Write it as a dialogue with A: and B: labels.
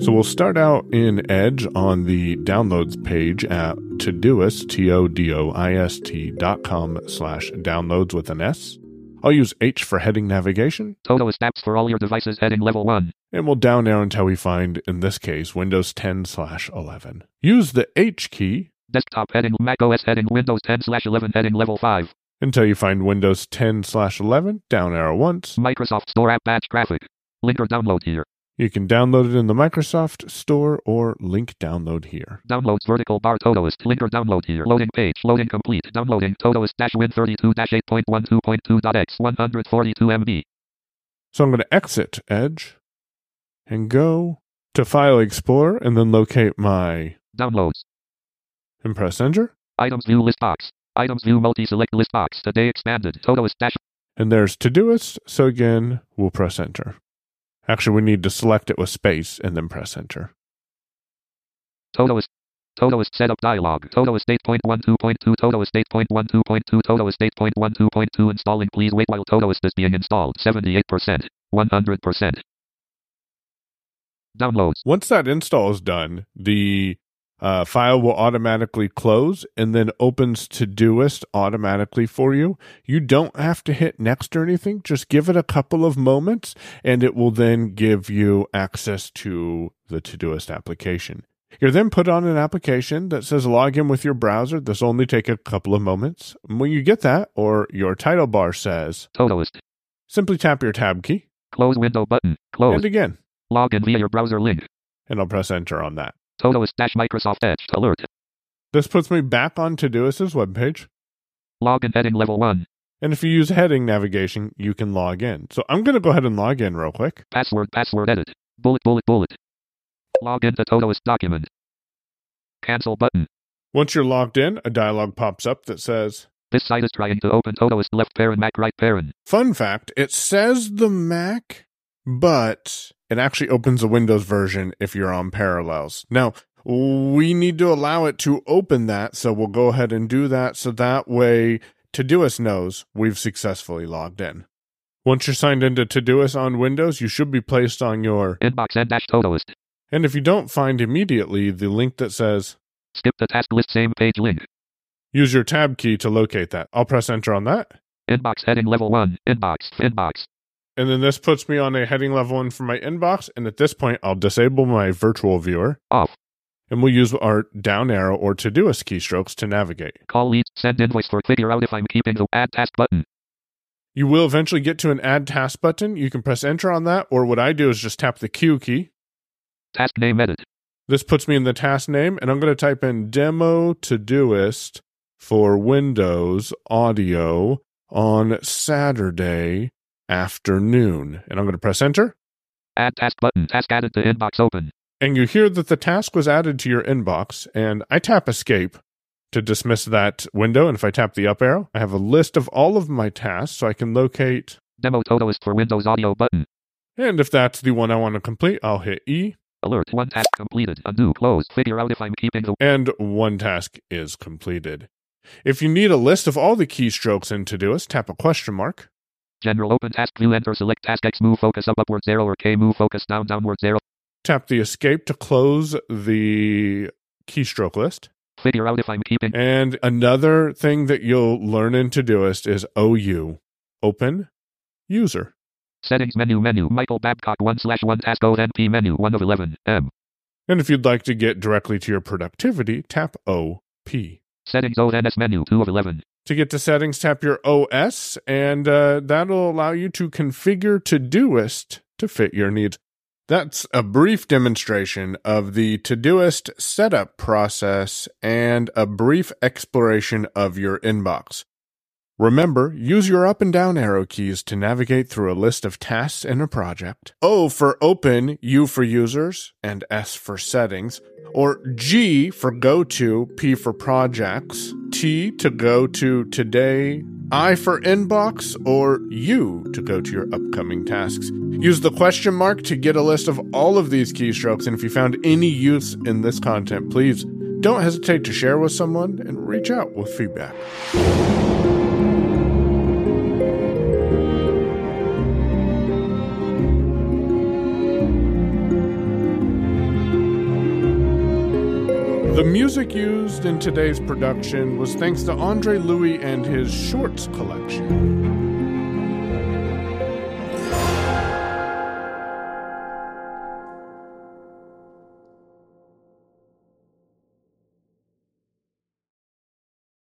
A: So we'll start out in Edge on the downloads page at Todoist, T-O-D-O-I-S-T dot com slash downloads with an S. I'll use H for heading navigation,
B: Todoist apps for all your devices heading level 1.
A: and we'll down arrow until we find, in this case, Windows 10 slash 11. Use the H key
B: Desktop heading Mac OS heading Windows 10 slash 11 heading level 5.
A: until you find Windows 10 slash 11, down arrow once.
B: Microsoft Store app batch graphic. Link or download here.
A: You can download it in the Microsoft Store or link download here.
B: Downloads vertical bar Todoist. Link or download here. Loading page. Loading complete. Downloading Todoist dash win 32 dash 8.12.2.x 142 MB.
A: So I'm going to exit Edge and go to File Explorer and then locate my
B: Downloads.
A: and press Enter.
B: Items view list box. Items view multi select list box. Today expanded. Todoist dash.
A: And there's Todoist. So again, we'll press Enter. Actually, we need to select it with space and then press Enter.
B: Todoist. Todoist setup dialog. Todoist 8.12.2. Todoist 8.12.2. Todoist 8.12.2. Installing. Please wait while Todoist is being installed. 78%. 100%. Downloads.
A: Once that install is done, the uh, file will automatically close and then opens Todoist automatically for you. You don't have to hit next or anything. Just give it a couple of moments and it will then give you access to the Todoist application. You're then put on an application that says log in with your browser. This will only take a couple of moments. When you get that, or your title bar says,
B: Todoist.
A: simply tap your tab key
B: Close window button. Close.
A: and again.
B: Log in via your browser link.
A: And I'll press enter on that.
B: Todoist dash Microsoft Edge alert.
A: This puts me back on Todoist's webpage.
B: Login heading level 1.
A: And if you use heading navigation, you can log in. So I'm going to go ahead and log in real quick.
B: Password password edit. Bullet bullet bullet. Login to Todoist document. Cancel button.
A: Once you're logged in, a dialog pops up that says,
B: This site is trying to open Todoist left parent Mac right parent.
A: Fun fact, it says the Mac, but it actually opens the Windows version if you're on Parallels. Now, we need to allow it to open that, so we'll go ahead and do that so that way Todoist knows we've successfully logged in. Once you're signed into Todoist on Windows, you should be placed on your.
B: Inbox and dash Todoist.
A: And if you don't find immediately the link that says,
B: Skip the task list same page link.
A: Use your tab key to locate that. I'll press enter on that.
B: Inbox heading level 1. Inbox. Inbox.
A: And then this puts me on a heading level one for my inbox. And at this point, I'll disable my virtual viewer
B: Off.
A: and we'll use our down arrow or Todoist keystrokes to navigate.
B: Call leads. Send invoice for figure out if I'm keeping the add task button.
A: You will eventually get to an add task button. You can press enter on that. Or what I do is just tap the Q key.
B: Task name edit.
A: This puts me in the task name and I'm going to type in demo Todoist for Windows audio on Saturday afternoon. And I'm going to press enter.
B: Add task button. Task added to inbox open.
A: and you hear that the task was added to your inbox, and I tap escape to dismiss that window. And if I tap the up arrow, I have a list of all of my tasks so I can locate.
B: Demo Todoist for Windows audio button.
A: And if that's the one I want to complete, I'll hit E,
B: Alert. One task completed. Undo. Close. Figure out if I'm keeping the
A: and one task is completed. If you need a list of all the keystrokes in Todoist, tap a question mark.
B: general open task view. Enter. Select task X. Move focus up upward zero or K. Move focus down downward zero.
A: Tap the escape to close the keystroke list.
B: Figure out if I'm keeping
A: And another thing that you'll learn in Todoist is OU, open user.
B: settings menu menu. Michael Babcock one slash one task O N P menu one of eleven M
A: And if you'd like to get directly to your productivity, tap OP. To
B: settings O N S menu two of eleven
A: get to settings, tap your OS, and uh, that'll allow you to configure Todoist to fit your needs. That's a brief demonstration of the Todoist setup process and a brief exploration of your inbox. Remember, use your up and down arrow keys to navigate through a list of tasks in a project. O for open, U for users, and S for settings, or G for go to, P for projects, T to go to today, I for inbox, or U to go to your upcoming tasks. Use the question mark to get a list of all of these keystrokes, and if you found any use in this content, please don't hesitate to share with someone and reach out with feedback. The music used in today's production was thanks to Andre Louis and his Shorts collection.